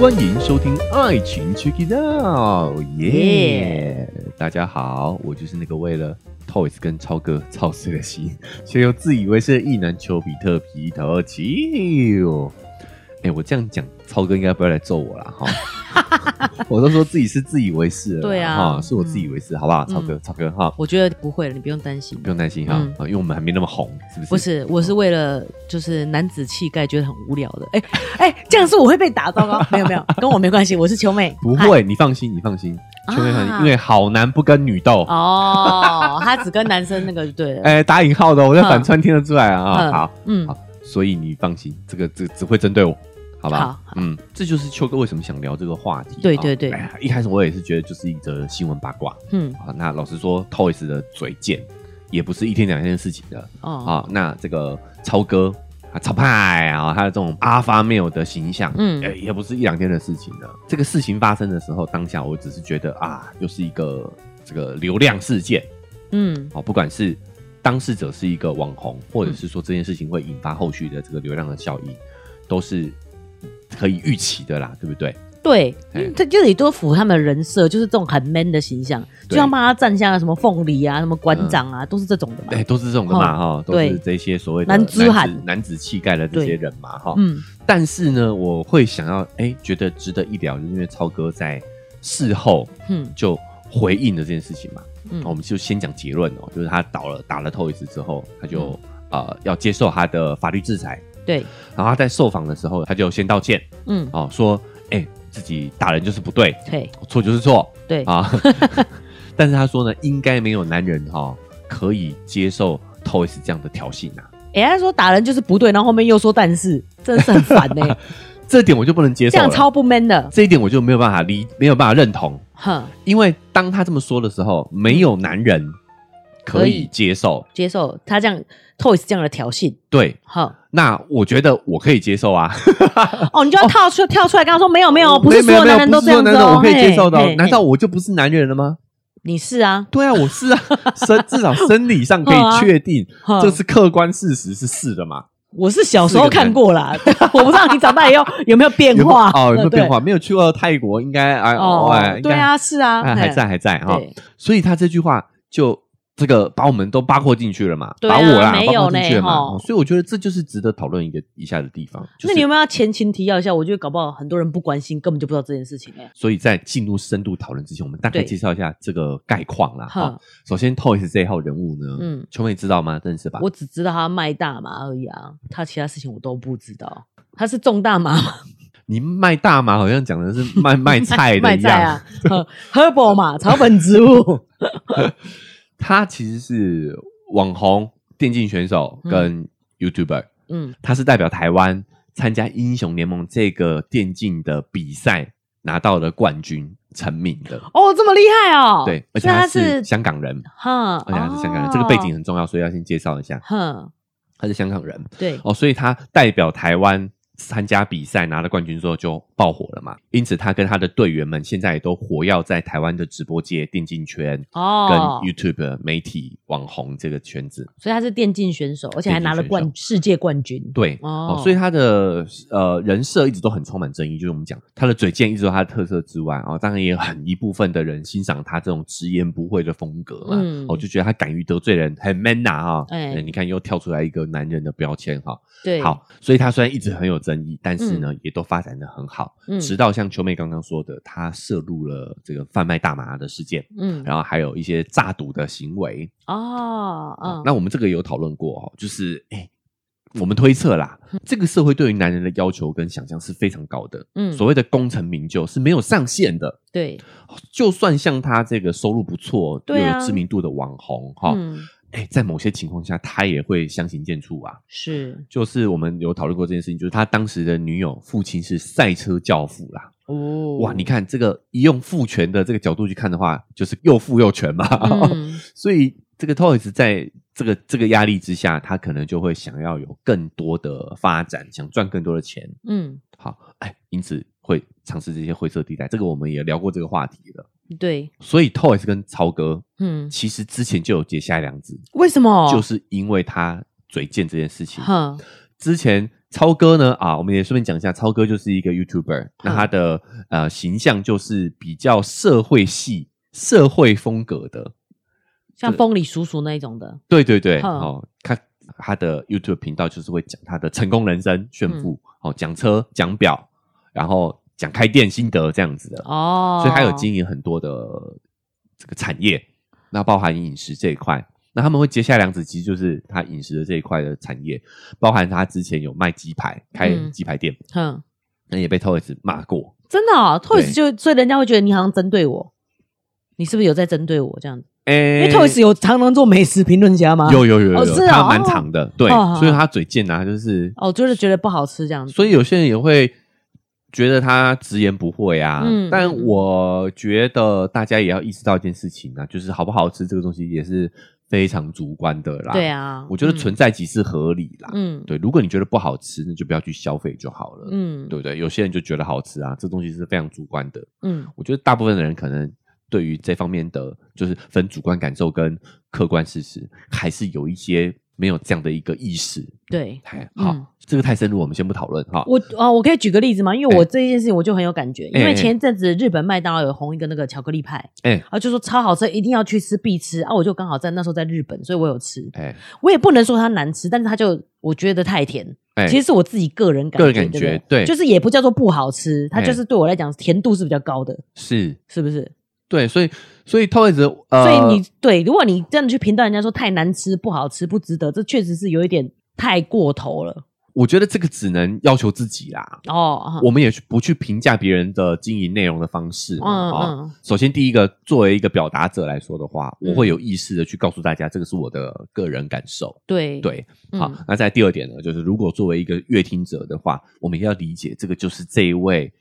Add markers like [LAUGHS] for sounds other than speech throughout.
欢迎收听《爱情 Check It Out》，耶！大家好，我就是那个为了 Toys 跟超哥操碎了心，却又自以为是的意男丘比特皮特丘。哎、我这样讲，超哥应该不会来揍我啦哈。 [LAUGHS] 我都说自己是自以为是了啦，对啊哈，是我自以为是，好不好？超哥，嗯超哥，哈，我觉得不会了，你不用担心不。用担心哈、嗯啊，因为我们还没那么红，是不是？不是，我是为了就是男子气概，觉得很无聊的。哎、 [LAUGHS] 哎、这样是我会被打，糟 [LAUGHS] 糕！没有没有，跟我没关系，我是秋妹。不嗨会，你放心，你放心，啊全没放心，因为好男不跟女斗。哦，他只跟男生那个就对了。哎、打引号的哦，我在嗯反串听得出来啊。嗯好，嗯好，所以你放心，这个只只会针对我，好吧？好好嗯，这就是秋哥为什么想聊这个话题。对啊对对哎呀一开始我也是觉得就是一则新闻八卦嗯啊。那老实说，Toys 的嘴贱也不是一天两天的事情的哦啊。那这个超哥啊，超派啊，他的这种阿发 male 的形象，嗯哎也不是一两天的事情了。这个事情发生的时候，当下我只是觉得啊，又是一个这个流量事件。嗯哦，不管是当事者是一个网红，或者是说这件事情会引发后续的这个流量的效应，都是可以预期的啦，对不对？对哎，这就得多符合他们的人设，就是这种很 man 的形象，就对像帮他站下什么凤梨啊、什么馆长啊，都是这种的嘛哎、。都是这种的嘛，哈、都哦对是这些所谓的男子汉男子男子气概的这些对人嘛，哈。嗯但是呢，我会想要哎、觉得值得一聊，就是因为超哥在事后嗯就回应了这件事情嘛。哦我嗯们就先讲结论哦，就是他倒了打了透一次之后，他就、嗯呃要接受他的法律制裁。对，然后他在受访的时候，他就先道歉，嗯哦，说哎、自己打人就是不对，对错就是错对，啊。 [LAUGHS] 但是他说呢，应该没有男人哈、可以接受 Toys 这样的挑衅啊，哎、他说打人就是不对，然后后面又说但是，真的是很烦 [LAUGHS] 呢、这点我就不能接这受样了。超不 man 的。这一点我就没有办法理，没有办法认同，哼，因为当他这么说的时候，没有男人可嗯可以以接受。接受他这样 Toys 这样的挑衅。对，哼，那我觉得我可以接受啊，哦，你就要跳出、跳出来跟他说，没有没有，不是所哦 [LAUGHS] 没有有没有男人都不这是所有样子男人哦，我可以嘿接受的哦、嘿难道我就不是男人了吗？你是啊？对啊，我是啊，生至少生理上可 [LAUGHS] 好啊以确定，哼这是客观事实是是的嘛？我是小时候看过啦， [LAUGHS] 我不知道你长大以后有没有变有没有化呃哦，有没有对变化？没有去过泰国，应该哎哦哎，应该对啊，，是啊，哎嘿还在还在哈。对所以他这句话就这个把我们都包括进去了嘛，对把啊我啦没包有括进去了嘛。呢哦吼所以我觉得这就是值得讨论一个一下的地方。就那你有是没有要前情提要一下？我觉得搞不好很多人不关心，根本就不知道这件事情哎、所以在进入深度讨论之前，我们大概对介绍一下这个概况啦。哈哼，，首先 Toys 这一号人物呢，嗯嗯，秋妹知道吗？认识吧？我只知道他卖大麻而已啊，他其他事情我都不知道。他是种大麻吗？你卖大麻好像讲的是 [LAUGHS] 卖卖菜的卖一菜样。啊呵，herbal [LAUGHS] 嘛，草本植物。他其实是网红、电竞选手跟 YouTuber，、嗯他是代表台湾参加英雄联盟这个电竞的比赛拿到了冠军，成名的。哦，这么厉害哦！对，而且那他他是是香港人，哈，而且他是香港人，哦这个背景，很重要，所以要先介绍一下，哼，他是香港人对，哦，所以他代表台湾。参加比赛拿了冠军之后就爆火了嘛，因此他跟他的队员们现在也都活跃在台湾的直播界、电竞圈，跟哦， YouTube 媒体网红这个圈子，所以他是电竞选手，而且还拿了电冠世界冠军。对哦哦所以他的呃人设一直都很充满争议，就是我们讲他的嘴贱一直都他的特色之外，哦，当然也有很一部分的人欣赏他这种直言不讳的风格嘛，嗯哦，就觉得他敢于得罪人，很 man 呐、哈、哎哎你看又跳出来一个男人的标签哈、对，，好，所以他虽然一直很有争议，但是呢，也都发展的很好，嗯直到像秋妹刚刚说的，他涉入了这个贩卖大麻的事件，嗯，然后还有一些诈赌的行为，哦，啊嗯，，那我们这个有讨论过哦，就是哎、我们推测啦，嗯这个社会对于男人的要求跟想象是非常高的，嗯，所谓的功成名就是没有上限的。对，就算像他这个收入不错、又对啊有知名度的网红哈，哎、嗯，在某些情况下他也会相形见绌啊。是，就是我们有讨论过这件事情，就是他当时的女友父亲是赛车教父啦。哦，哇，你看这个一用父权的这个角度去看的话，就是又父又权嘛。嗯，所以这个 Toys 在这个这个压力之下，他可能就会想要有更多的发展，想赚更多的钱。嗯，好，哎，因此会尝试这些灰色地带。这个我们也聊过这个话题了。对，所以 Toys 跟超哥嗯，其实之前就有结下梁子，为什么？就，是因为他嘴贱这件事情。哼，之前超哥呢啊，我们也顺便讲一下，超哥就是一个 YouTuber，那嗯他的呃形象就是比较社会系、社会风格的，像风里叔叔那一种的，对对对，哼哦，看他的 YouTube 频道就是会讲他的成功人生炫富，嗯哦，讲车、讲表，然后讲开店心得这样子的，哦，所以他有经营很多的这个产业，那包含饮食这一块。那他们会接下两子，其实就是他饮食的这一块的产业，包含他之前有卖鸡排，开嗯鸡排店，哼，那也被 Toys 骂过。真的哦对，Toys 就所以人家会觉得你好像针对我，你是不是有在针对我这样子？因哎为 Toys 有常常做美食评论家吗？，有有有有哦有，是哦他蛮长的，对哦，所以他嘴贱啊，就是哦，就是觉得不好吃这样子。所以有些人也会觉得他直言不讳啊。嗯但我觉得大家也要意识到一件事情啊，就是好不好吃这个东西也是非常主观的啦。对，啊，我觉得嗯存在即是合理啦。嗯对，如果你觉得不好吃，那就不要去消费就好了。嗯对不对？有些人就觉得好吃啊，这东西是非常主观的。嗯我觉得大部分的人可能对于这方面的，就是分主观感受跟客观事实，还是有一些没有这样的一个意识。对。哎，好，嗯这个太深入，我们先不讨论哈。我啊、我可以举个例子吗？因为哎我这一件事情我就很有感觉，因哎哎为前一阵子日本麦当劳有红一个那个巧克力派，哎啊，就说超好吃，一定要去吃必吃啊！我就刚好在那时候在日本，所以我有吃，哎我也不能说它难吃，但是它就我觉得太甜，哎，其实是我自己个人感觉，个人感觉对不对就是也不叫做不好吃，它哎就是对我来讲甜度是比较高的，是是不是？对，所以所以 Toys 呃，所以你对，如果你真的去评断人家说太难吃、不好吃、不值得，这确实是有一点太过头了我觉得这个只能要求自己啦，哦。我们也不去评价别人的经营内容的方式嘛嗯啊。嗯首先，第一个，作为一个表达者来说的话，嗯我会有意识的去告诉大家，这个是我的个人感受。对对，嗯好，那在第二点呢，就是如果作为一个乐听者的话，我们也要理解这个就是这一位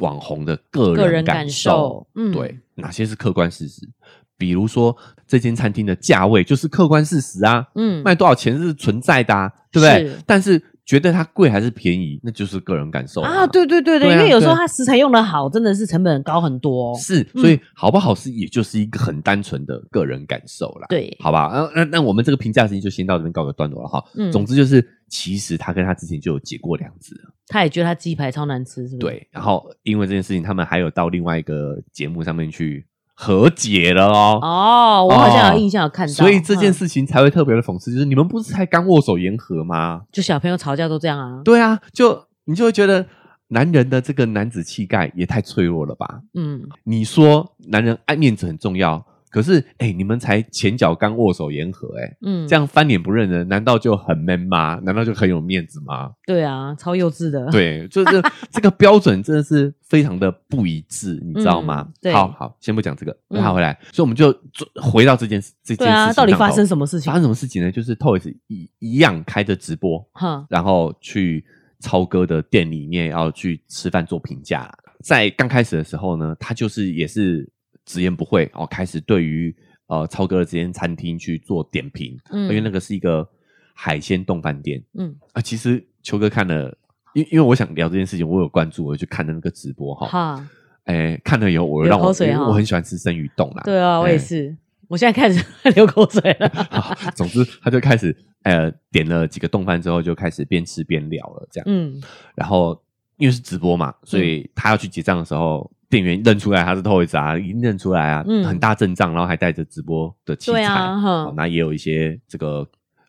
网红的个个人人感感受。受，嗯，对，哪些是客观事实？比如说这间餐厅的价位就是客观事实啊，嗯，卖多少钱是存在的啊，对不对是？但是觉得它贵还是便宜，那就是个人感受啊，对对对对，对啊因为有时候对它食材用的好，真的是成本高很多哦、是，所以好不好吃，也就是一个很单纯的个人感受啦。对，好吧，呃那那我们这个评价事情就先到这边告个段落了哈。嗯总之就是，其实他跟他之前就有解过两次了，他也觉得他鸡排超难吃，是不是？，对。然后因为这件事情，他们还有到另外一个节目上面去和解了哦。哦，我好像有印象有看到，所以这件嗯事情才会特别的讽刺，就是你们不是才刚握手言和吗？就小朋友吵架都这样啊，对啊，就你就会觉得男人的这个男子气概也太脆弱了吧？嗯，你说男人爱面子很重要，可是哎、你们才前脚刚握手言和、哎，嗯，这样翻脸不认人，难道就很 man 吗？难道就很有面子吗？对啊，超幼稚的。对，就是 [LAUGHS] 这个标准真的是非常的不一致，你知道吗？嗯对好好，先不讲这个，嗯拉回来，所以我们就做回到这件事，这件对事情啊，到底上头发生什么事情发？生什么事情呢？就是 Toys 一一样开着直播，哈，然后去超哥的店里面要去吃饭做评价。在刚开始的时候呢，他就是也是直言不讳哦，开始对于呃超哥的这间餐厅去做点评，嗯因为那个是一个海鲜冻饭店嗯，啊。其实球哥看了，因因为我想聊这件事情，我有关注，我就去看了那个直播哈。哈，哎，看了以后，我流让我口水因为哈我很喜欢吃生鱼冻啦。对啊，我哎也是，我现在开始 [LAUGHS] 流口水了。好啊总之，他就开始呃点了几个冻饭之后，就开始边吃边聊了这样。 [LAUGHS] 嗯，然后因为是直播嘛，所以他要去结账的时候，店员认出来他是 Toys 啊，已经认出来啊，嗯很大阵仗，然后还带着直播的器材，对啊哼哦那也有一些这个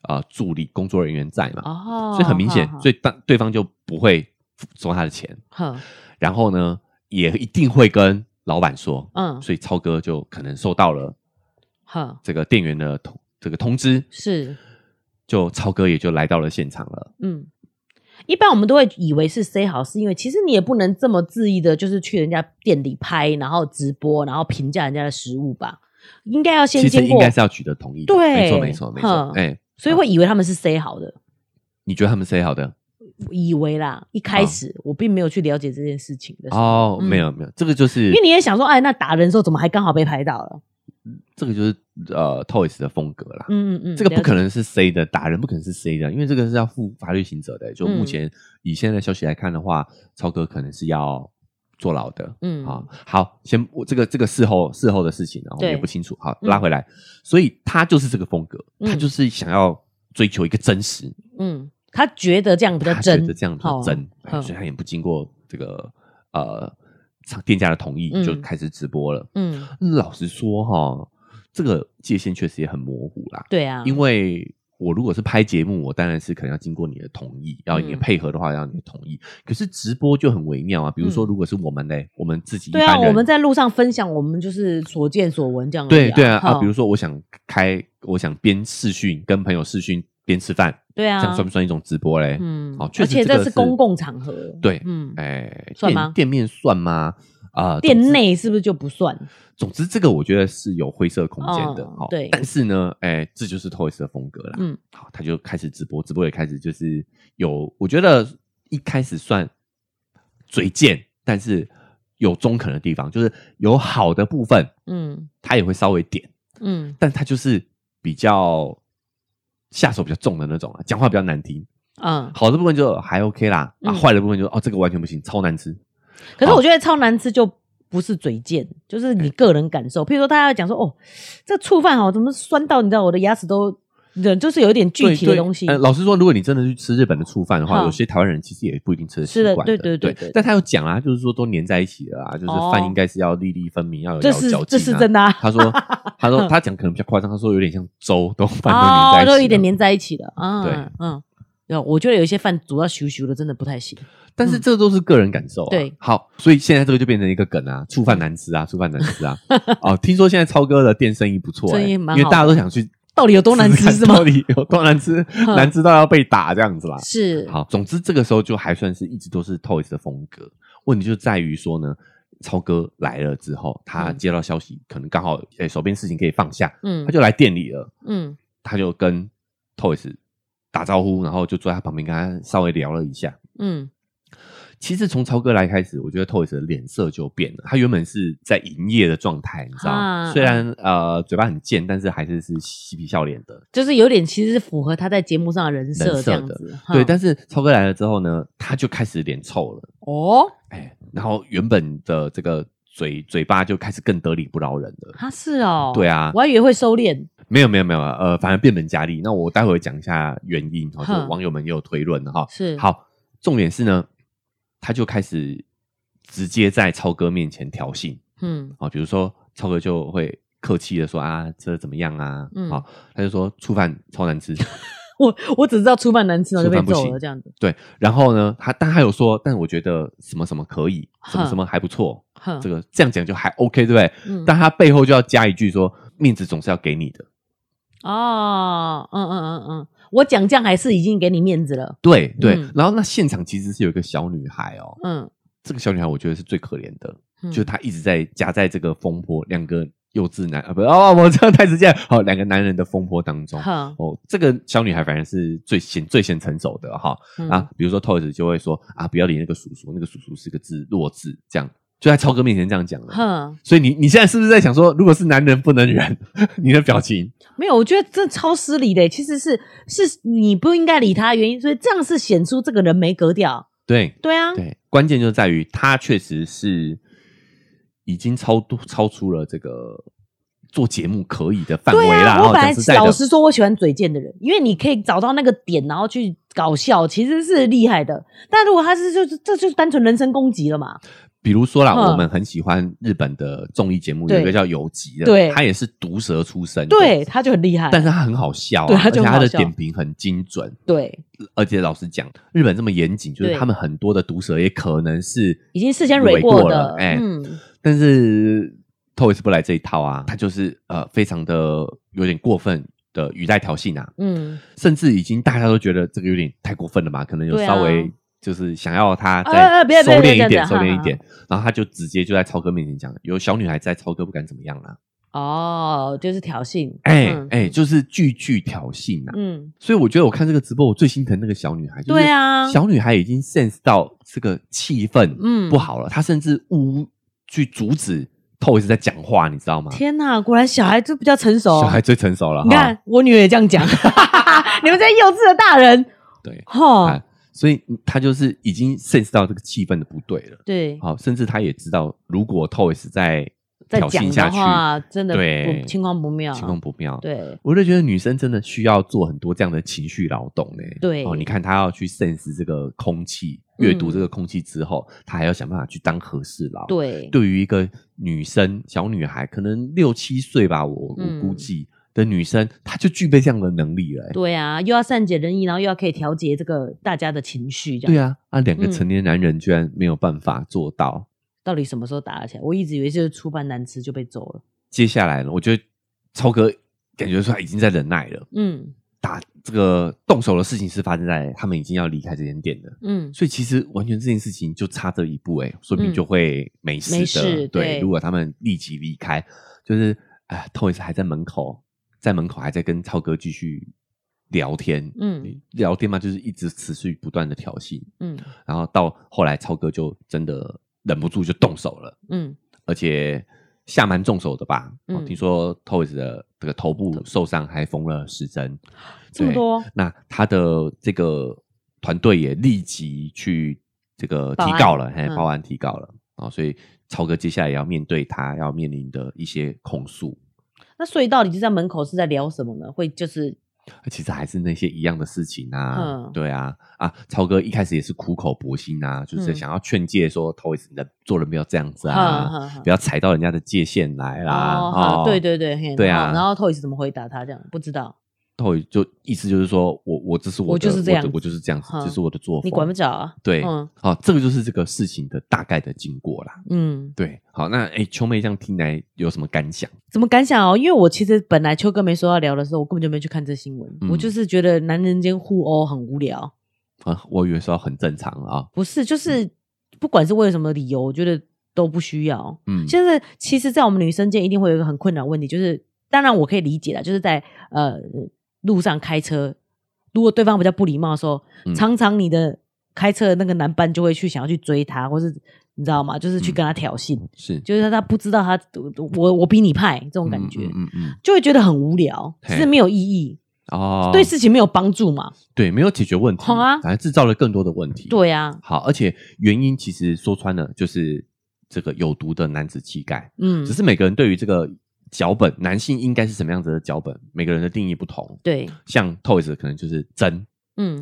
呃助理工作人员在嘛，哦，所以很明显，所以以当对方就不会收他的钱，哈，然后呢，也一定会跟老板说，嗯，所以超哥就可能收到了哈，这个店员的通这个通知，是，就超哥也就来到了现场了。嗯。一般我们都会以为是 say 好，是因为其实你也不能这么恣意的，就是去人家店里拍，然后直播，然后评价人家的食物吧。应该要先其实经应过，该是要取得同意的，对没错，没错，没错哼。哎、所以会以为他们是 say 好的，你觉得他们 say 好的？以为啦。一嗯开始我并没有去了解这件事情的时候，哦，嗯没有没有，这个就是因为你也想说，哎，那打人的时候怎么还刚好被拍到了？这个就是呃 Toys 的风格啦。嗯嗯嗯，这个不可了解，能是 C 的，打人不可能是 C 的，因为这个是要负法律刑责的。就目嗯前以现在的消息来看的话，超哥可能是要坐牢的。嗯啊，好，先我这个这个事后事后的事情啊，我们对也不清楚。好，嗯拉回来，所以他就是这个风格，嗯他就是想要追求一个真实，嗯，他觉得这样比较他觉真，得这样比较好真，哎嗯所以他也不经过这个呃厂店家的同意嗯就开始直播了。嗯，老实说哈，这个界限确实也很模糊啦，对啊，因为。我如果是拍节目，我当然是可能要经过你的同意，要你的嗯配合的话，要你的同意。可是直播就很微妙啊，比如说，嗯如果是我们嘞，我们自己一对啊，般人，我们在路上分享我们就是所见所闻这样而已、对对啊啊，好比如说我想开，我想边视讯跟朋友视讯边吃饭，对这啊，样算不算一种直播嘞？嗯，哦确而实且这个这是是公共场合，对嗯，哎，算店吗店面算吗？啊，总店之内是不是就不算？总之，这个我觉得是有灰色空间的嗯哈、对但是呢，哎、这就是 Toys 的风格啦。嗯，好，他就开始直播，直播也开始就是有，我觉得一开始算嘴贱，但是有中肯的地方，就是有好的部分，嗯他也会稍微点，嗯但他就是比较下手比较重的那种啊，讲话比较难听。嗯。好的部分就还 OK 啦，啊，嗯坏的部分就哦，这个完全不行，超难吃。可是我觉得超难吃就不是嘴贱，就是哎你个人感受。譬如说，大家讲说哦，这醋饭哦，怎么酸到你知道我的牙齿都，人就是有一点具对体的对东西。呃，老实说，如果你真的去吃日本的醋饭的话，嗯有些台湾人其实也不一定吃得习是的惯对对对对但他有讲啊，就是说都粘在一起了啊，就是哦饭应该是要粒粒分明，要有这咬是嚼劲啊。这是真的啊他 [LAUGHS] 说，他说他讲可能比较夸张，他说有点像粥，都饭哦，都粘在一起了，都有一点粘在一起的。嗯，对，嗯，有，我觉得有一些饭煮到咻咻的，真的不太行。但是这都是个人感受、啊嗯对好，所以现在这个就变成一个梗啊，醋饭难吃啊，醋饭难吃 [LAUGHS] 啊。哦，听说现在超哥的店生意不错、欸，生意蛮好的因为大家都想去，到底有多难吃是吗到？底有 [LAUGHS] 多难吃？嗯难吃到要被打这样子啦。是，啊好，总之这个时候就还算是一直都是 Toys 的风格。问题就在于说呢，超哥来了之后，他嗯接到消息，可能刚好诶、手边事情可以放下，嗯他就来店里了，嗯他就跟 Toys 打招呼，然后就坐在他旁边跟他稍微聊了一下。嗯其实从超哥来开始，我觉得 Toys 的脸色就变了。他原本是在营业的状态，你知道吗？啊虽然呃嘴巴很贱，但是还是是嬉皮笑脸的。就是有点其实是符合他在节目上的人设人这设样的子。对，哈但是超哥来了之后呢，他就开始脸臭了。哦，哎，然后原本的这个嘴嘴巴就开始更得理不饶人了。他是哦，对啊我还以为会收敛。没有没有没有，呃，反而变本加厉。那我待会讲一下原因，哈，哼就网友们也有推论的哈。是，，好，重点是呢，他就开始直接在超哥面前挑衅嗯啊，比如说超哥就会客气的说啊，这怎么样啊？嗯好，他就说触犯超难吃。 [LAUGHS] 我我只知道出饭难吃，然后就出被饭不揍行了这样子。对，然后呢，他但他有说，但我觉得什么什么可以，什么什么还不错，哼这个这样讲就还 OK，对不对？嗯但他背后就要加一句说，面子总是要给你的。哦，嗯嗯嗯嗯，我讲这样还是已经给你面子了。对对，嗯然后那现场其实是有一个小女孩哦，嗯，这个小女孩我觉得是最可怜的，嗯就是她一直在夹在这个风波，两个幼稚男啊，不哦，我这样太直接了，好，两个男人的风波当中。哼哦，这个小女孩反而是最显最显成熟的哈、嗯啊，比如说 Toys 就会说啊，不要理那个叔叔，那个叔叔是个字弱智，这样就在超哥面前这样讲了。哼，所以你你现在是不是在想说，如果是男人不能忍，你的表情没有，我觉得这超失礼的。其实是是你不应该理他，原因所以这样是显出这个人没格调。对对啊，对，关键就在于他确实是已经超度超出了这个做节目可以的范围对啦。啊，哦我本来讲实在老的，实说，我喜欢嘴贱的人，因为你可以找到那个点，然后去搞笑，其实是厉害的。但如果他是就是这就是单纯人身攻击了嘛？比如说啦，嗯我们很喜欢日本的综艺节目，有对一个叫《游记》的，对他也是毒舌出身，对，，他就很厉害。但是他很好笑、啊，对他而就且很他好的笑点评很精准，对，而且老实讲，日本这么严谨，就是对他们很多的毒舌也可能是已经事先蕊蕊过的了，哎、嗯但是 Toys 不来这一套啊，他就是呃非常的有点过分的语带挑衅啊，嗯，甚至已经大家都觉得这个有点太过分了嘛，可能有对啊稍微就是想要他啊啊再别收别别敛一这点，样收子敛一点，然后他就直接就在超哥面前讲，有小女孩在，超哥不敢怎么样啦，哦，就是挑衅。哎嗯哎，就是句句挑衅啊，嗯，所以我觉得我看这个直播，我最心疼那个小女孩，就是对啊小女孩已经 sense 到这个气氛嗯不好了，她甚至无去阻止 Toys 在讲话，你知道吗？天哪，果然小孩就比较成熟。小孩哦最成熟了，你看哈，我女儿也这样讲， [LAUGHS] 你们这些幼稚的大人，对，吼啊，所以她就是已经 sense 到这个气氛的不对了，对，好，甚至她也知道，如果 Toys 在再挑讲衅下的去，话，真的对不情况不妙。情况不妙。对我就觉得女生真的需要做很多这样的情绪劳动呢、对哦，你看她要去 sense 这个空气，阅读这个空气之后，她还要想办法去当和事佬。，嗯对对于一个女生、小女孩，可能六七岁吧，我我嗯估计、的女生，她就具备这样的能力了、欸。对啊，又要善解人意，然后又要可以调节这个大家的情绪，这样。对啊，啊，两个嗯成年男人居然没有办法做到。到底什么时候打得起来？我一直以为就是初班难吃就被揍了。接下来呢，我觉得超哥感觉出来已经在忍耐了。嗯打这个动手的事情是发生在他们已经要离开这间店了。嗯，所以其实完全这件事情就差这一步、欸，说不定嗯就会没事的。没事对如果他们立即离开，就是啊，Toys 还在门口，在门口还在跟超哥继续聊天，嗯聊天嘛，就是一直持续不断的挑衅，嗯然后到后来超哥就真的忍不住就动手了，嗯而且下蛮重手的吧？哦嗯听说 Toys 的这个头部受伤还缝了十针，这么对多那他的这个团队也立即去这个提报案告了，嘿，嗯报案提告了啊、哦所以超哥接下来也要面对他要面临的一些控诉，那所以到底就在门口是在聊什么呢？会就是其实还是那些一样的事情啊，嗯对啊，啊，超哥一开始也是苦口婆心啊，就是嗯想要劝诫说，头一次你的做人不要这样子啊，哼哼不要踩到人家的界限来啦，嗯哦，好对对对，嘿对然后啊然后 Toys 怎么回答他？这样不知道，头就意思就是说我我这是我的我就是这样我子的我就是这样子，嗯这是我的作风，你管不着啊。对，嗯好、这个就是这个事情的大概的经过啦。嗯，对，好，那哎，秋妹这样听来有什么感想？怎么感想哦？因为我其实本来秋哥没说要聊的时候，我根本就没去看这新闻，嗯我就是觉得男人间互殴很无聊，啊，我以为说很正常啊，不是，就是不管是为了什么理由，我觉得都不需要。嗯，就是其实，在我们女生界一定会有一个很困扰的问题，就是当然我可以理解啦，就是在呃路上开车，如果对方比较不礼貌的时候，嗯常常你的开车的那个男伴就会去想要去追他，或是你知道吗？就是去嗯跟他挑衅，是就是他他不知道他我我比你派这种感觉。嗯嗯嗯就会觉得很无聊，嘿其实没有意义，嗯哦，对事情没有帮助嘛？对，没有解决问题，好啊反而制造了更多的问题。，对啊，好，而且原因其实说穿了就是这个有毒的男子气概，嗯只，是每个人对于这个脚本，男性应该是什么样子的脚本，每个人的定义不同。对，像 Toys 可能就是真，嗯，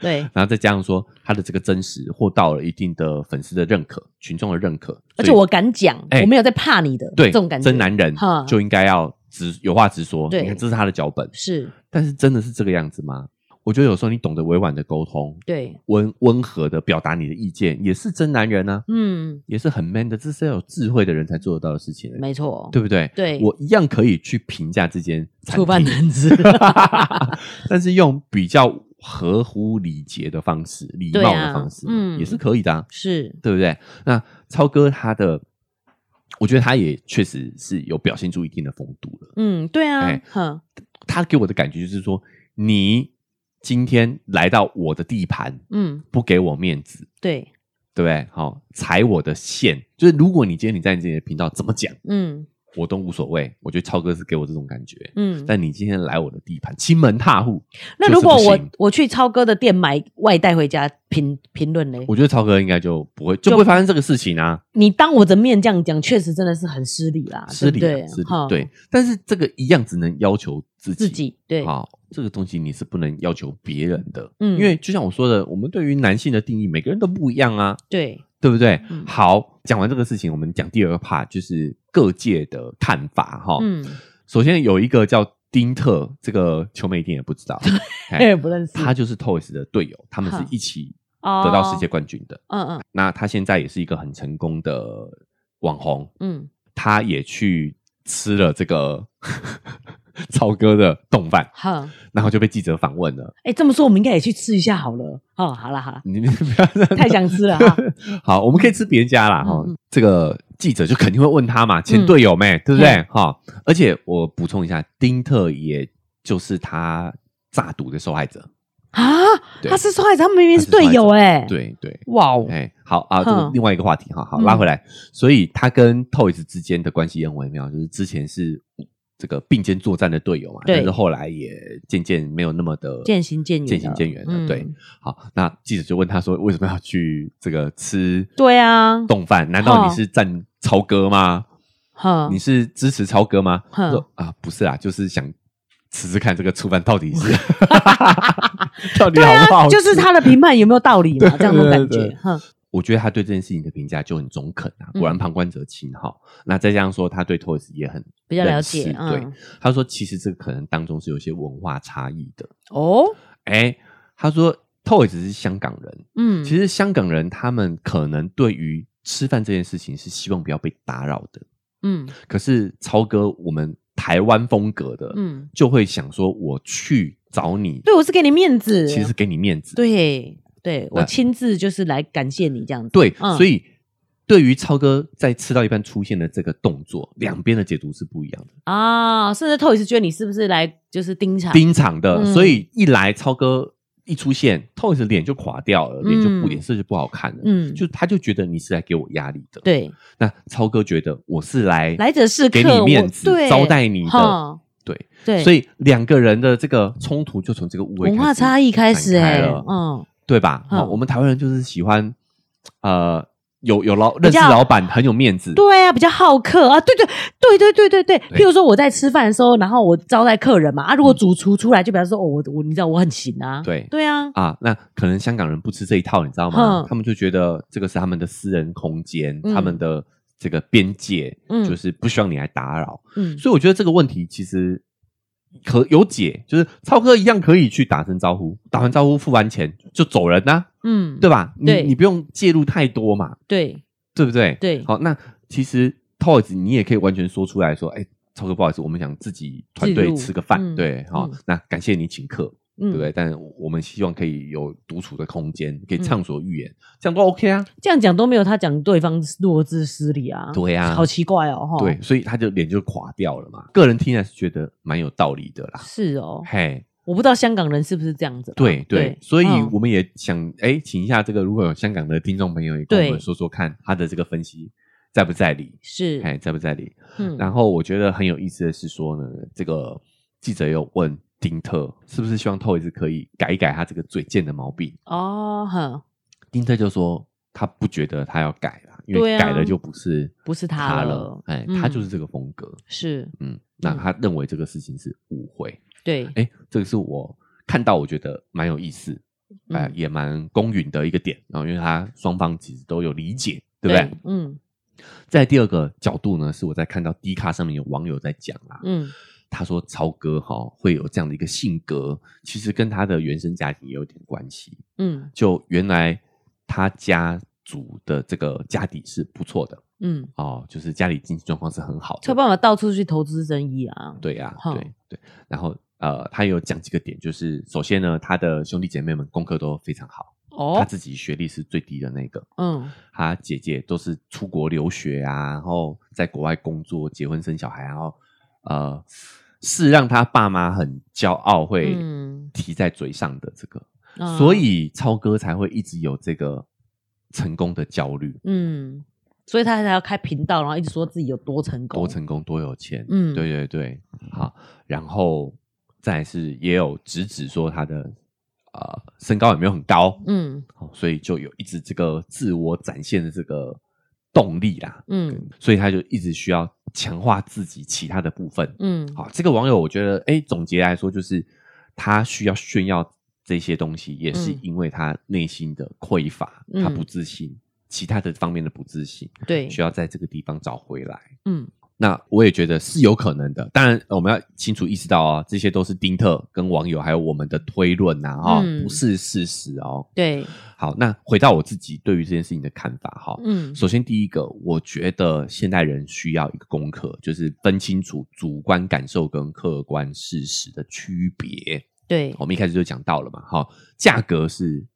对，然后再加上说他的这个真实获到了一定的粉丝的认可、群众的认可，[LAUGHS] 而所且以我敢讲，哎我没有在怕你的，对这种感觉，真男人哈就应该要直有话直说。对你看这是他的脚本，是但是真的是这个样子吗？我觉得有时候你懂得委婉的沟通，对，温温和的表达你的意见，也是真男人啊，嗯，也是很 man 的，这是要有智慧的人才做得到的事情、欸没错，对不对？对我一样可以去评价这间餐触犯厅，男子， [LAUGHS] 但是用比较合乎礼节的方式、礼对貌啊的方式，嗯也是可以的、啊。是，对不对？那超哥他的，我觉得他也确实是有表现出一定的风度了。嗯，对啊哎，哼，他给我的感觉就是说，你今天来到我的地盘，嗯，不给我面子，对，对不对？好、踩我的线，就是如果你今天你在你自己的频道怎么讲，嗯我都无所谓。我觉得超哥是给我这种感觉。嗯。但你今天来我的地盘，亲门踏户，那就是如果不我行我去超哥的店买外带回家评评论嘞，我觉得超哥应该就不会就就不会发生这个事情啊。你当我的面这样讲，确实真的是很失礼啦，失礼、对啊，失不对礼，，哈对。但是这个一样只能要求自己，自己对，好，这个东西你是不能要求别人的，嗯因为就像我说的，我们对于男性的定义，每个人都不一样啊，对，对不对？嗯好，讲完这个事情，我们讲第二个 part，就是各界的看法哈。嗯，首先有一个叫丁特，这个球妹一定也不知 [LAUGHS] 道，哎，嘿不认识他就是 Toys 的队友，他们是哈一起哦得到世界，冠军的。嗯嗯那他现在也是一个很成功的网红，嗯，他也去吃了这个 [LAUGHS] 超哥的冻饭，好，然后就被记者访问了。哎，这么说我们应该也去吃一下好了，哦，好了好了，你你不要这样 [LAUGHS] 太想吃了哈， [LAUGHS] [LAUGHS] 好，我们可以吃别人家啦哈、嗯这个记者就肯定会问他嘛，前队友妹、对不对？哈、而且我补充一下，丁特也就是他诈赌的受害者。啊，对他是受害者，他们明明他是是受害队者友哎，，对对，哇哦，哎，好啊，这个哼另外一个话题哈，好嗯拉回来。所以他跟 Toys 之间的关系很微妙，就是之前是嗯这个并肩作战的队友嘛，对但是后来也渐渐没有那么的渐行渐远了，渐行渐远了。嗯对，好，那记者就问他说，为什么要去这个吃对啊，冻饭？难道哦你是站超哥吗？哼你是支持超哥吗？嗯哼他说啊，不是啦，就是想吃吃看这个醋饭到底 [LAUGHS] 是 [LAUGHS] 到底对好不好啊，吃、就是他的评判有没有道理嘛？ [LAUGHS] 对这样的感对觉对，哼，我觉得他对这件事情的评价就很中肯啊，嗯果然旁观者清哈。那再加上说他对 Toys 也很比较了认识解，嗯对，，他说其实这个可能当中是有一些文化差异的。哦，哎，他说 Toys 是香港人，嗯，其实香港人他们可能对于吃饭这件事情是希望不要被打扰的，嗯可是超哥我们台湾风格的，嗯，就会想说我去找你，对我是给你面子，其实给你面子，对对，我那亲自就是来感谢你这样子，对，嗯所以对于超哥在吃到一半出现的这个动作，两边的解读是不一样的。啊，甚至透一次觉得你是不是来就是盯场，盯场的，嗯所以一来超哥一出现，Toys 脸就垮掉了，脸就不嗯脸色就不好看了。嗯，就他就觉得你是来给我压力的，。对，那超哥觉得我是来来者是给客，你面子我对，招待你的，哈，对。对，所以以两个人的这个冲突就从这个误会文化开始差异开始展哎开，了嗯，对吧？嗯哦我们台湾人就是喜欢，呃，有有老比认识较老板很有面子，对啊，比较好客啊，对对对对对对对。譬如说我在吃饭的时候，然后我招待客人嘛，啊，如果主厨出来就表示说，哦，我我你知道我很行啊，嗯对对啊，啊，那可能香港人不吃这一套，你知道吗哼？他们就觉得这个是他们的私人空间，嗯他们的这个边界，嗯就是不希望你来打扰。嗯，所以我觉得这个问题其实可有解，就是超哥一样可以去打声招呼，打完招呼付完钱就走人呐、嗯，对吧？你对你不用介入太多嘛，对对不对？对好，那其实 Toys 你也可以完全说出来说，哎，超哥不好意思，我们想自己团自队入吃个饭，嗯对，好、嗯那感谢你请客，嗯，对不对？但我们希望可以有独处的空间，嗯可以畅所欲言，这样都 OK 啊。这样讲都没有他讲对方弱智失礼啊，对啊好奇怪哦，哈，对，，所以他就脸就垮掉了嘛。个人听来是觉得蛮有道理的啦。是哦，嘿，我不知道香港人是不是这样子啦，对对，所以嗯我们也想哎，请一下这个如果有香港的听众朋友也跟我们对说说看他的这个分析在不在理，是，哎，在不在理？嗯然后我觉得很有意思的是说呢，这个记者有问丁特是不是希望 Toys 可以改一改他这个嘴贱的毛病，哦，哼，丁特就说他不觉得他要改啦，因对为啊改了就不是不是他他了哎，嗯他就是这个风格，是嗯，那他认为这个事情是误会，对，哎，这个是我看到我觉得蛮有意思，哎、嗯也蛮公允的一个点，然、后因为他双方其实都有理解，对不对？？嗯在第二个角度呢，是我在看到 D 卡上面有网友在讲啊，嗯，他说超哥哈、会有这样的一个性格，其实跟他的原生家庭也有点关系。嗯就原来他家族的这个家底是不错的嗯，哦，就是家里经济状况是很好才的。有办法到处去投资生意啊。对呀、哼对对。然后呃，他有讲几个点，就是首先呢，他的兄弟姐妹们功课都非常好，他哦，自己学历是最低的那个。嗯他姐姐都是出国留学啊，然后在国外工作、结婚生小孩，然后呃，是让他爸妈很骄傲，会嗯提在嘴上的这个，啊所以超哥才会一直有这个成功的焦虑，嗯，所以他才要开频道，然后一直说自己有多成功，多成功多有钱，嗯对对对，好，然后再来是也有直指说他的呃身高有没有很高，嗯好，所以就有一直这个自我展现的这个动力啦，嗯所以他就一直需要强化自己其他的部分。嗯，好，这个网友我觉得，哎，总结来说就是他需要炫耀这些东西，也是嗯因为他内心的匮乏，嗯他不自信，其他的方面的不自信，对，需要在这个地方找回来。嗯那我也觉得是有可能的，当然呃我们要清楚意识到啊、这些都是丁特跟网友还有我们的推论呐、啊，哦，嗯不是事实哦。对，好，那回到我自己对于这件事情的看法哈、嗯首先，第一个，我觉得现代人需要一个功课，就是分清楚主观感受跟客观事实的区别。对，我们一开始就讲到了嘛，哈，价格是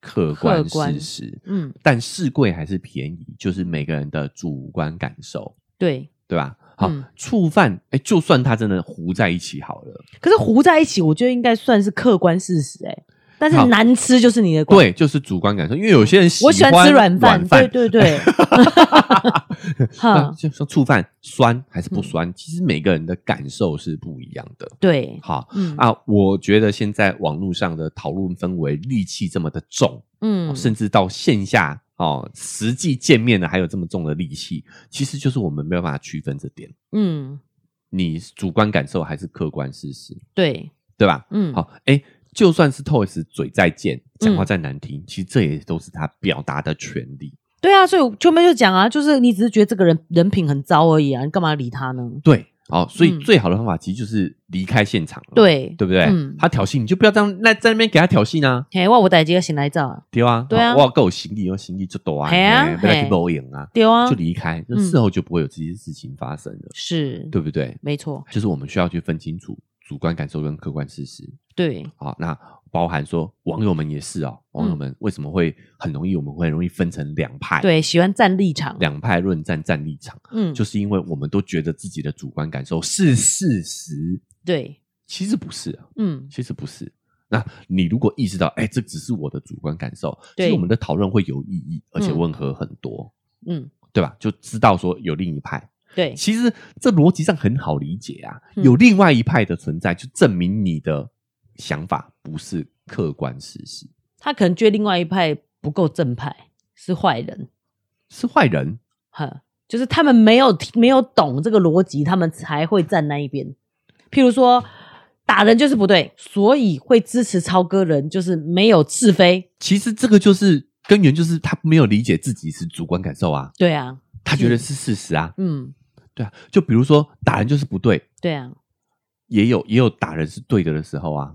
客观客观事实，嗯但市贵还是便宜，就是每个人的主观感受，对。对吧？好嗯，触犯，哎，就算它真的糊在一起好了，可是糊在一起，我觉得应该算是客观事实哎，但是好难吃就是你的观，对，就是主观感受，因为有些人喜我喜欢吃软饭，饭，对嗯 [LAUGHS] 对对，那哈，就说触犯酸还是不嗯酸，其实每个人的感受是不一样的。对，好嗯啊，我觉得现在网络上的讨论氛围戾气这么的重，嗯，甚至到线下哦，实际见面呢还有这么重的戾气，其实就是我们没有办法区分这点，嗯，你主观感受还是客观事实，对，对吧？嗯，好，哎，就算是 Toys 嘴再贱，讲话嗯再难听，其实这也都是他表达的权利。对啊，所以我秋妹就讲啊，就是你只是觉得这个人人品很糟而已啊，你干嘛理他呢？对，好，所以嗯最好的方法其实就是离开现场了，对，对不对？嗯他挑衅你就不要这样，那在那边给他挑衅啊，嘿，我有代志要先来走，对啊，对啊我够有心力，我心力就多啊，嘿啊不要去嘿包赢啊，对啊就，离开，就嗯事后就不会有这些事情发生了，是，对不对？没错，就是我们需要去分清楚主观感受跟客观事实。对，好，那包含说网友们也是哦，嗯网友们为什么会很容易，我们会很容易分成两派，，对，喜欢站立场，哎两派论战站立场，嗯，就是因为我们都觉得自己的主观感受是事实，对，其实不是啊，嗯，其实不是。那你如果意识到，哎，这只是我的主观感受，其对实我们的讨论会有意义，而且嗯温和很多，嗯，对吧？就知道说有另一派，对，其实这逻辑上很好理解啊，嗯有另外一派的存在，就证明你的想法不是客观事实，他可能觉得另外一派不够正派，是坏人，是坏人。哈，就是他们没有没有懂这个逻辑，他们才会站那一边。譬如说，打人就是不对，所以会支持超哥人就是没有是非。其实这个就是根源，就是他没有理解自己是主观感受啊，对啊，他觉得是事实啊，嗯，对啊。就比如说打人就是不对，对啊，也有也有打人是对的的时候啊，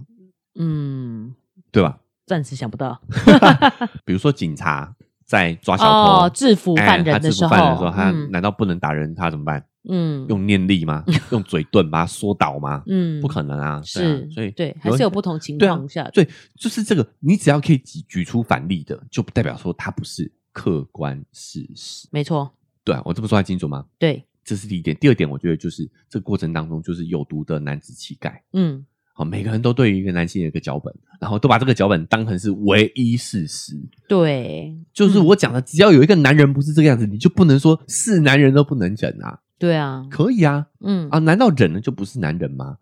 嗯，对吧？暂时想不到。 [LAUGHS] 比如说警察在抓小偷。哦，制服哎犯他人制的时服候，犯人的时候，他嗯难道不能打人？他怎么办？嗯用念力吗？用嘴遁把他缩倒吗？嗯不可能啊，对啊是，所以对，还是有不同情况下的，对，啊就是这个，你只要可以举举出反例的，就代表说它不是客观事实。没错，对啊、我这么说还清楚吗？对，这是第一点，第二点，我觉得就是这个过程当中，就是有毒的男子气概。嗯，好，每个人都对于一个男性有一个脚本，然后都把这个脚本当成是唯一事实。对，就是嗯我讲的，只要有一个男人不是这个样子，你就不能说是男人都不能忍啊，对啊，可以啊，嗯，啊，难道忍了就不是男人吗？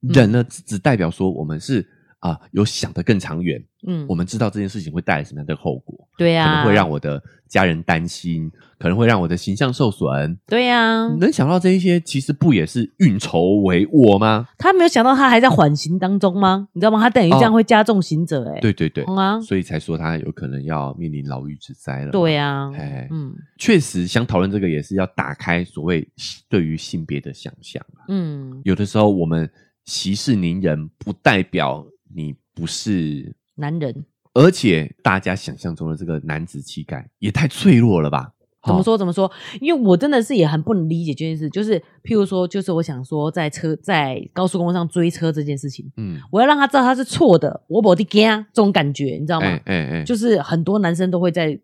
忍了只只代表说我们是啊、有想得更长远，嗯我，们知道这件事情会带来什么样的后果，对可啊，能会让我的家人担心，可能会让我的形象受损。对啊呀，能想到这一些，其实不也是运筹帷幄吗？他没有想到他还在缓刑当中吗？你知道吗？他等于这样哦会加重刑者，哎，对对对，嗯啊，所以才说他有可能要面临牢狱之灾了。对啊哎，嗯确实想讨论这个，也是要打开所谓对于性别的想象。嗯，有的时候我们息事宁人，不代表你不是男人而且大家想象中的这个男子气概也太脆弱了吧？怎么哦？说怎么说？因为我真的是也很不能理解这件事，就是譬如说，就是我想说，在车在高速公路上追车这件事情，嗯，我要让他知道他是错的，我不得惊这种感觉，你知道吗？哎哎哎，就就是很多男生都会在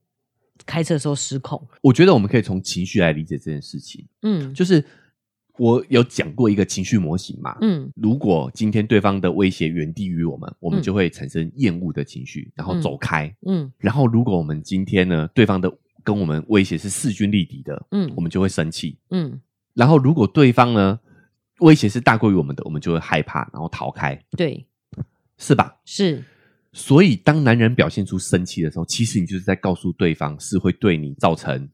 开车的时候失控。我觉得我们可以从情绪来理解这件事情。嗯就是我有讲过一个情绪模型嘛，嗯，如果今天对方的威胁远低于我们，我们嗯就会产生厌恶的情绪，然后嗯走开。嗯然后如果我们今天呢，对方的跟我们威胁是势均力敌的，嗯我们就会生气。嗯，然后如果对方呢威胁是大过于我们的，我们就会害怕，然后逃开，对，是吧？是，所以，当男人表现出生气的时候，其实你就是在告诉对方是会对你造成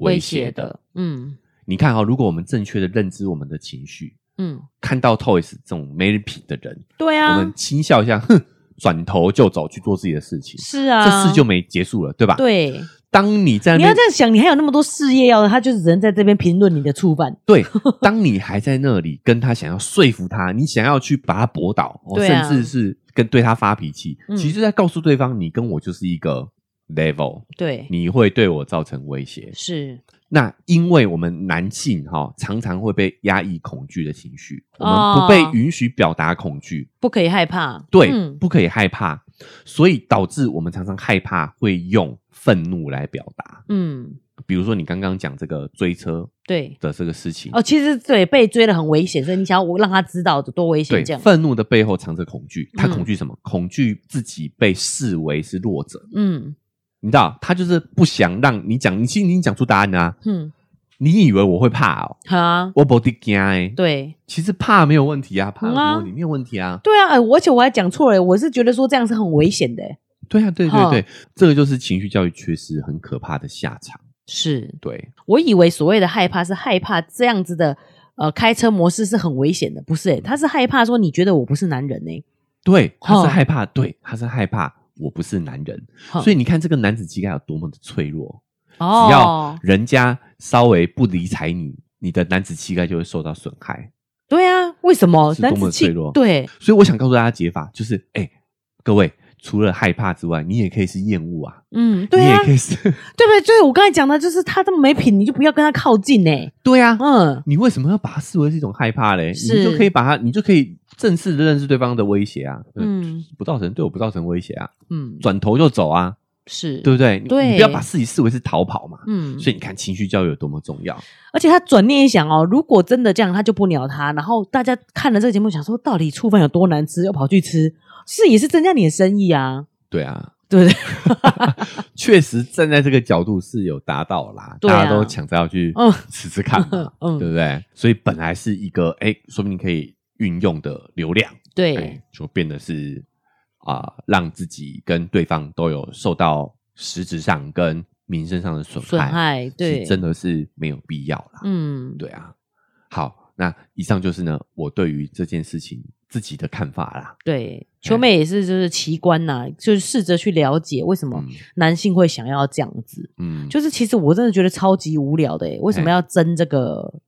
威胁的。。嗯你看哈、啊如果我们正确的认知我们的情绪，嗯，看到 Toys 这种没人品的人，对我啊们，轻笑一下，哼，转头就走去做自己的事情，是啊，这事就没结束了，对吧？。对。当你在那你要边这样想，你还有那么多事业要，他就只能在这边评论你的触犯。对，当你还在那里跟他想要说服他，你想要去把他驳倒，哦对甚啊至是跟对他发脾气，嗯其实在告诉对方，你跟我就是一个 level，对，你会对我造成威胁。是那因为我们男性哈、常常会被压抑恐惧的情绪，我们哦不被允许表达恐惧，不可以害怕。对，嗯不可以害怕，所以导致我们常常害怕会用愤怒来表达。嗯，比如说你刚刚讲这个追车对。的这个事情，哦，其实对被追的很危险，所以你想要我让他知道有多危对险，这，样。愤怒的背后藏着恐惧，他嗯恐惧什么？恐惧自己被视为是弱者，嗯你知道，他就是不想让你讲，你其实你讲出答案啊，嗯，你以为我会怕哦？好啊，我不得惊哎，对。其实怕没有问题啊，怕有什嗯么啊问题？没有问题啊。对啊，哎、我而且我还讲错了，我是觉得说这样是很危险的，对啊，对对哼对，这个就是情绪教育缺失很可怕的下场。是对，我以为所谓的害怕是害怕这样子的，呃，开车模式是很危险的，不是、欸？他是害怕说你觉得我不是男人呢、欸对，他是哼害怕，对，他是害怕我不是男人，哼所以你看这个男子气概有多么的脆弱，只要哦，人家稍微不理睬你，你的男子气概就会受到损害。对啊，为什么是多男么子气脆弱对所以我想告诉大家解法，就是哎、各位除了害怕之外，你也可以是厌恶啊，嗯，对啊，你也可以 [LAUGHS] 是，对不对？就是我刚才讲的，就是他这么没品，你就不要跟他靠近呢、对啊，嗯，你为什么要把它视为是一种害怕嘞？是你就可以把它，你就可以正式的认识对方的威胁啊，嗯嗯，不造成对我不造成威胁啊，嗯，转头就走啊，是对，不对？你对你不要把自己视为是逃跑嘛。嗯，所以你看，情绪教育有多么重要。而且他转念一想哦，如果真的这样，他就不鸟他。然后大家看了这个节目，想说到底醋饭有多难吃，又跑去吃，是也是增加你的生意啊，对啊，对不对？ [LAUGHS] 确实站在这个角度是有达到啦，对啊大家都抢着要去嗯吃吃看嘛， [LAUGHS] 嗯对不对？所以本来是一个哎，说不定可以运用的流量，哎对，，就变得是啊、让自己跟对方都有受到实质上跟名声上的损害，损害对，是真的是没有必要啦。嗯，对啊，好，那以上就是呢我对于这件事情自己的看法啦。对，哎秋妹也是就是奇观呐、就是试着去了解为什么嗯男性会想要这样子。嗯，就是其实我真的觉得超级无聊的、欸，为什么哎要争这个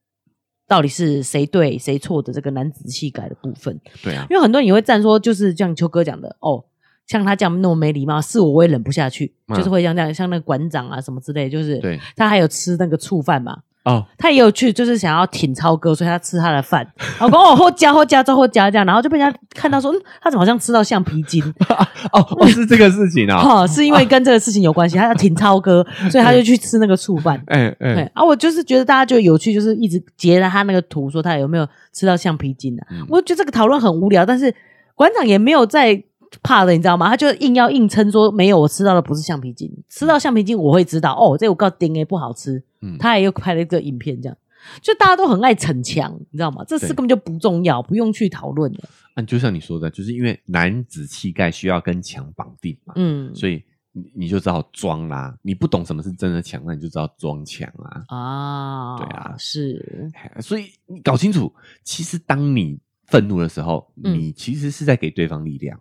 到底是谁对谁错的这个男子气概的部分？对啊，因为很多人也会站说，就是像秋哥讲的，哦，像他这样那么没礼貌，是我我也忍不下去，嗯就是会像这样，像那个馆长啊什么之类，就是 [LAUGHS] 对他还有吃那个醋饭嘛，哦，他也有去就是想要挺超哥，所以他吃他的饭，然后说哦后加后加之后加这样，然后就被人家看到说，嗯，他怎么好像吃到橡皮 [LAUGHS] 筋？哦哦，是这个事情啊。哈、是因为跟这个事情有关系，他要挺超哥，所以他就去吃那个醋饭。哎对哎，啊，我就是觉得大家就有趣，就是一直截了他那个图，说他有没有吃到橡皮筋啊？嗯我觉得这个讨论很无聊，但是馆长也没有在怕的，你知道吗？他就硬要硬撑说没有，我吃到的不是橡皮筋，吃到橡皮筋我会知道哦，这我告丁 A 不好吃。嗯他也又拍了一个影片，这样就大家都很爱逞强，你知道吗？这事对根本就不重要，不用去讨论的。啊，就像你说的，就是因为男子气概需要跟强绑定嘛，嗯所以你你就只好装啦。你不懂什么是真的强，那你就知道装强啊。啊，对啊是哎所以你搞清楚，其实当你愤怒的时候，嗯你其实是在给对方力量。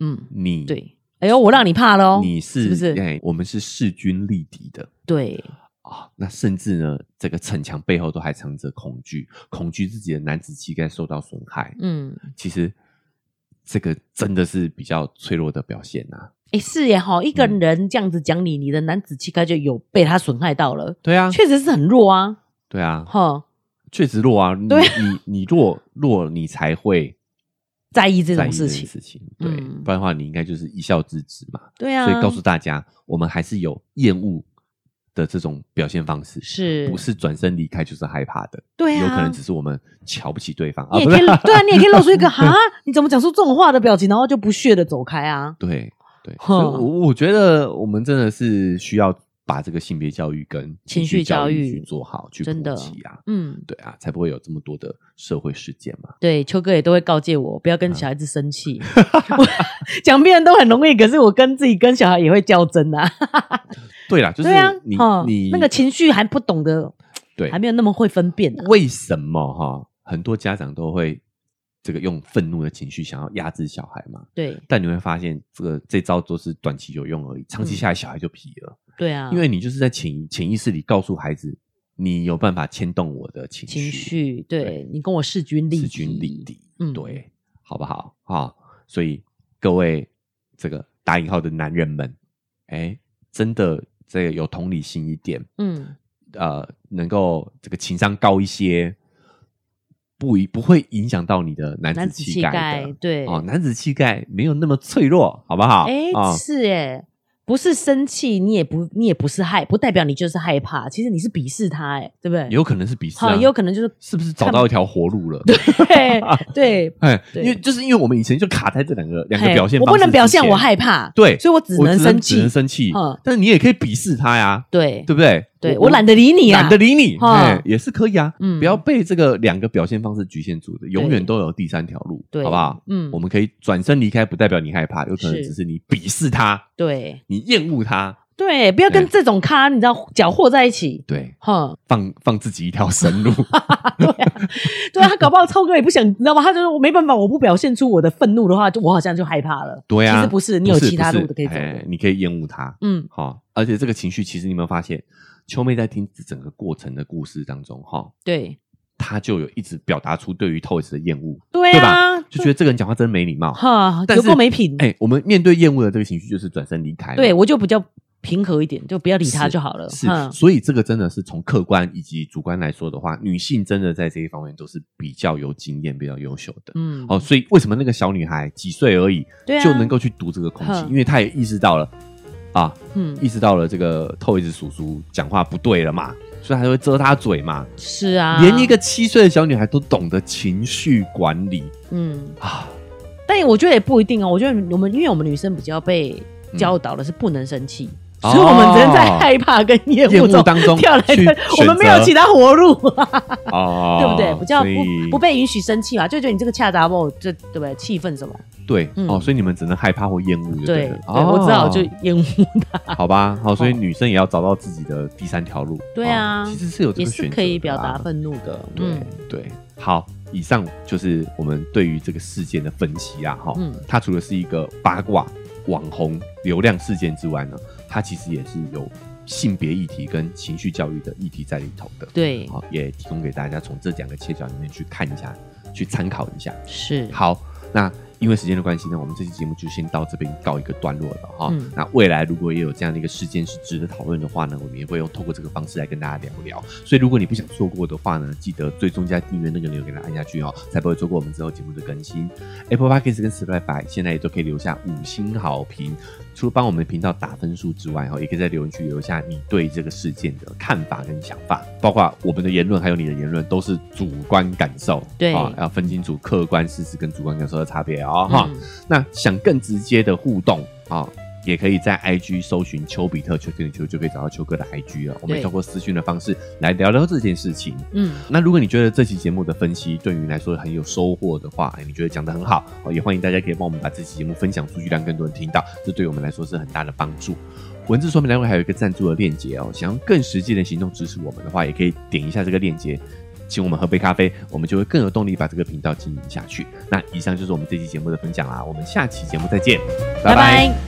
嗯你，对。哎呦，我让你怕喽！你是是不是？哎，我们是势均力敌的对，啊、那甚至呢，这个逞强背后都还藏着恐惧，恐惧自己的男子气概受到损害。嗯，其实这个真的是比较脆弱的表现啊。哎，是耶哈，一个嗯人这样子讲你，你的男子气概就有被他损害到了，对啊，确实是很弱啊，对啊，哈，确实弱啊。你对你你弱弱，你才会在意这在意种这事件情，事情。对，嗯不然的话，你应该就是一笑置之嘛。对啊，所以告诉大家，我们还是有厌恶的这种表现方式，是不是转身离开就是害怕的？对啊，有可能只是我们瞧不起对方啊，你也不可是以，？对啊，你也可以露出一个哈，你怎么讲出这种话的表情，然后就不屑的走开啊， [LAUGHS] 对对，哼所以我我觉得我们真的是需要把这个性别教育跟情绪绪教教育去做好，去真的普及啊。嗯，对啊，才不会有这么多的社会事件嘛。对，秋哥也都会告诫我不要啊跟小孩子 [LAUGHS] 生气，我 [LAUGHS] 讲别人都很容易，可是我跟自己跟小孩也会较真啊，对啦，就是对啊，你、哈你那个情绪还不懂得，对还没有那么会分辨啊，为什么哈？很多家长都会这个用愤怒的情绪想要压制小孩嘛，对但你会发现这个这招都是短期有用而已，嗯长期下来小孩就皮了，对啊，因为你就是在潜潜意识里告诉孩子，你有办法牵动我的情情绪，绪，对对你跟我势均力势均力敌，嗯对，好不好啊？所以各位这个打引号的男人们，哎，真的这个有同理心一点，嗯，呃，能够这个情商高一些，不一不会影响到你的男男子子气气概概的。对，哦，男子气概没有那么脆弱，好不好？哎、啊是哎，不是生气，你也不你也不是害，不代表你就是害怕，其实你是鄙视他，哎，对不对？有可能是鄙视、好，啊，也有可能就是是不是找到一条活路了？ [LAUGHS] 对对哎，对因为就是因为我们以前就卡在这两个两个嘿表现我方式之间，不能表现我害怕，对所以我只我能只生能只气能，生气嗯，但是你也可以鄙视他呀，对对不对？对我懒得理你啊，懒得理你，哦哎，也是可以啊。嗯不要被这个两个表现方式局限住的，永远对都有第三条路，对，好不好？嗯我，们可以转身离开，不代表你害怕，有可能是嗯只是你鄙视他，对你厌恶他，对，不要跟对这种咖，你知道搅和在一起，对，哼，放放自己一条生 [LAUGHS] 路。对啊，他搞不好超哥也不想，你知道吗？他就说我没办法，我不表现出我的愤怒的话，就我好像就害怕了。对啊，其实不是，你有不是其他不是路的可以走哎的。你可以厌恶他，嗯，好、而且这个情绪，其实你有没有发现，秋妹在听整个过程的故事当中，哈、对她就有一直表达出对于 Toys 的厌恶，对对啊，就觉得这个人讲话真没礼貌。哈，但有是够没品。哎、我们面对厌恶的这个情绪，就是转身离开嘛。对我就比较平和一点，就不要理他就好了。是，哼所以这个真的是从客观以及主观来说的话，女性真的在这一方面都是比较有经验、比较优秀的。嗯，哦，所以为什么那个小女孩几岁而已、对啊，就能够去读这个空气？哼因为她也意识到了啊，嗯，意识到了这个透一子叔叔讲话不对了嘛，所以他就会遮她嘴嘛。是啊，连一个七岁的小女孩都懂得情绪管理嗯，啊，但我觉得也不一定哦。我觉得我们因为我们女生比较被教导的是不能生气，嗯哦所以我们只能在害怕跟厌厌恶恶中当中 [LAUGHS] 跳来去跳，我们没有其他他活路， [LAUGHS] 哦，对不对？比较所以不不被允许生气嘛，就觉得你这个恰杂不，这对不对？气愤什么？对嗯哦，所以你们只能害怕或厌恶就对，了对，哦我只好就厌恶。 [LAUGHS] 好吧，好，所以女生也要找到自己的第三条路。哦对啊哦其实是有这也个是选择可的以表啦达愤怒的，对嗯对，好，以上就是我们对于这个事件的分析啊，哈，嗯它除了是一个八卦、网红、流量事件之外呢，它其实也是有性别议题跟情绪教育的议题在里头的，对，好，也提供给大家从这两个切角里面去看一下，去参考一下。是，好，那因为时间的关系呢，我们这期节目就先到这边告一个段落了哈。嗯那未来如果也有这样的一个事件是值得讨论的话呢，我们也会用透过这个方式来跟大家聊一聊。所以如果你不想错过的话呢，记得追踪加订阅那个钮给它按下去哦，才不会错过我们之后节目的更新。Apple Podcast 跟 Spotify 现在也都可以留下五星好评，除了帮我们频道打分数之外，哈，哦也可以在留言区留下你对这个事件的看法跟想法，包括我们的言论还有你的言论都是主观感受，对啊，要分清楚客观事实跟主观感受的差别哦，哈、嗯那想更直接的互动啊、也可以在 IG 搜寻丘比特丘丘丘就可以找到丘哥的 IG 了。我们对通过私讯的方式来聊聊这件事情。嗯，那如果你觉得这期节目的分析对于你来说很有收获的话，哎你觉得讲得很好，哦也欢迎大家可以帮我们把这期节目分享出去，让更多人听到，这对我们来说是很大的帮助。文字说明栏位还有一个赞助的链接哦，想用更实际的行动支持我们的话，也可以点一下这个链接，请我们喝杯咖啡，我们就会更有动力把这个频道经营下去。那以上就是我们这期节目的分享啦，我们下期节目再见，拜拜拜拜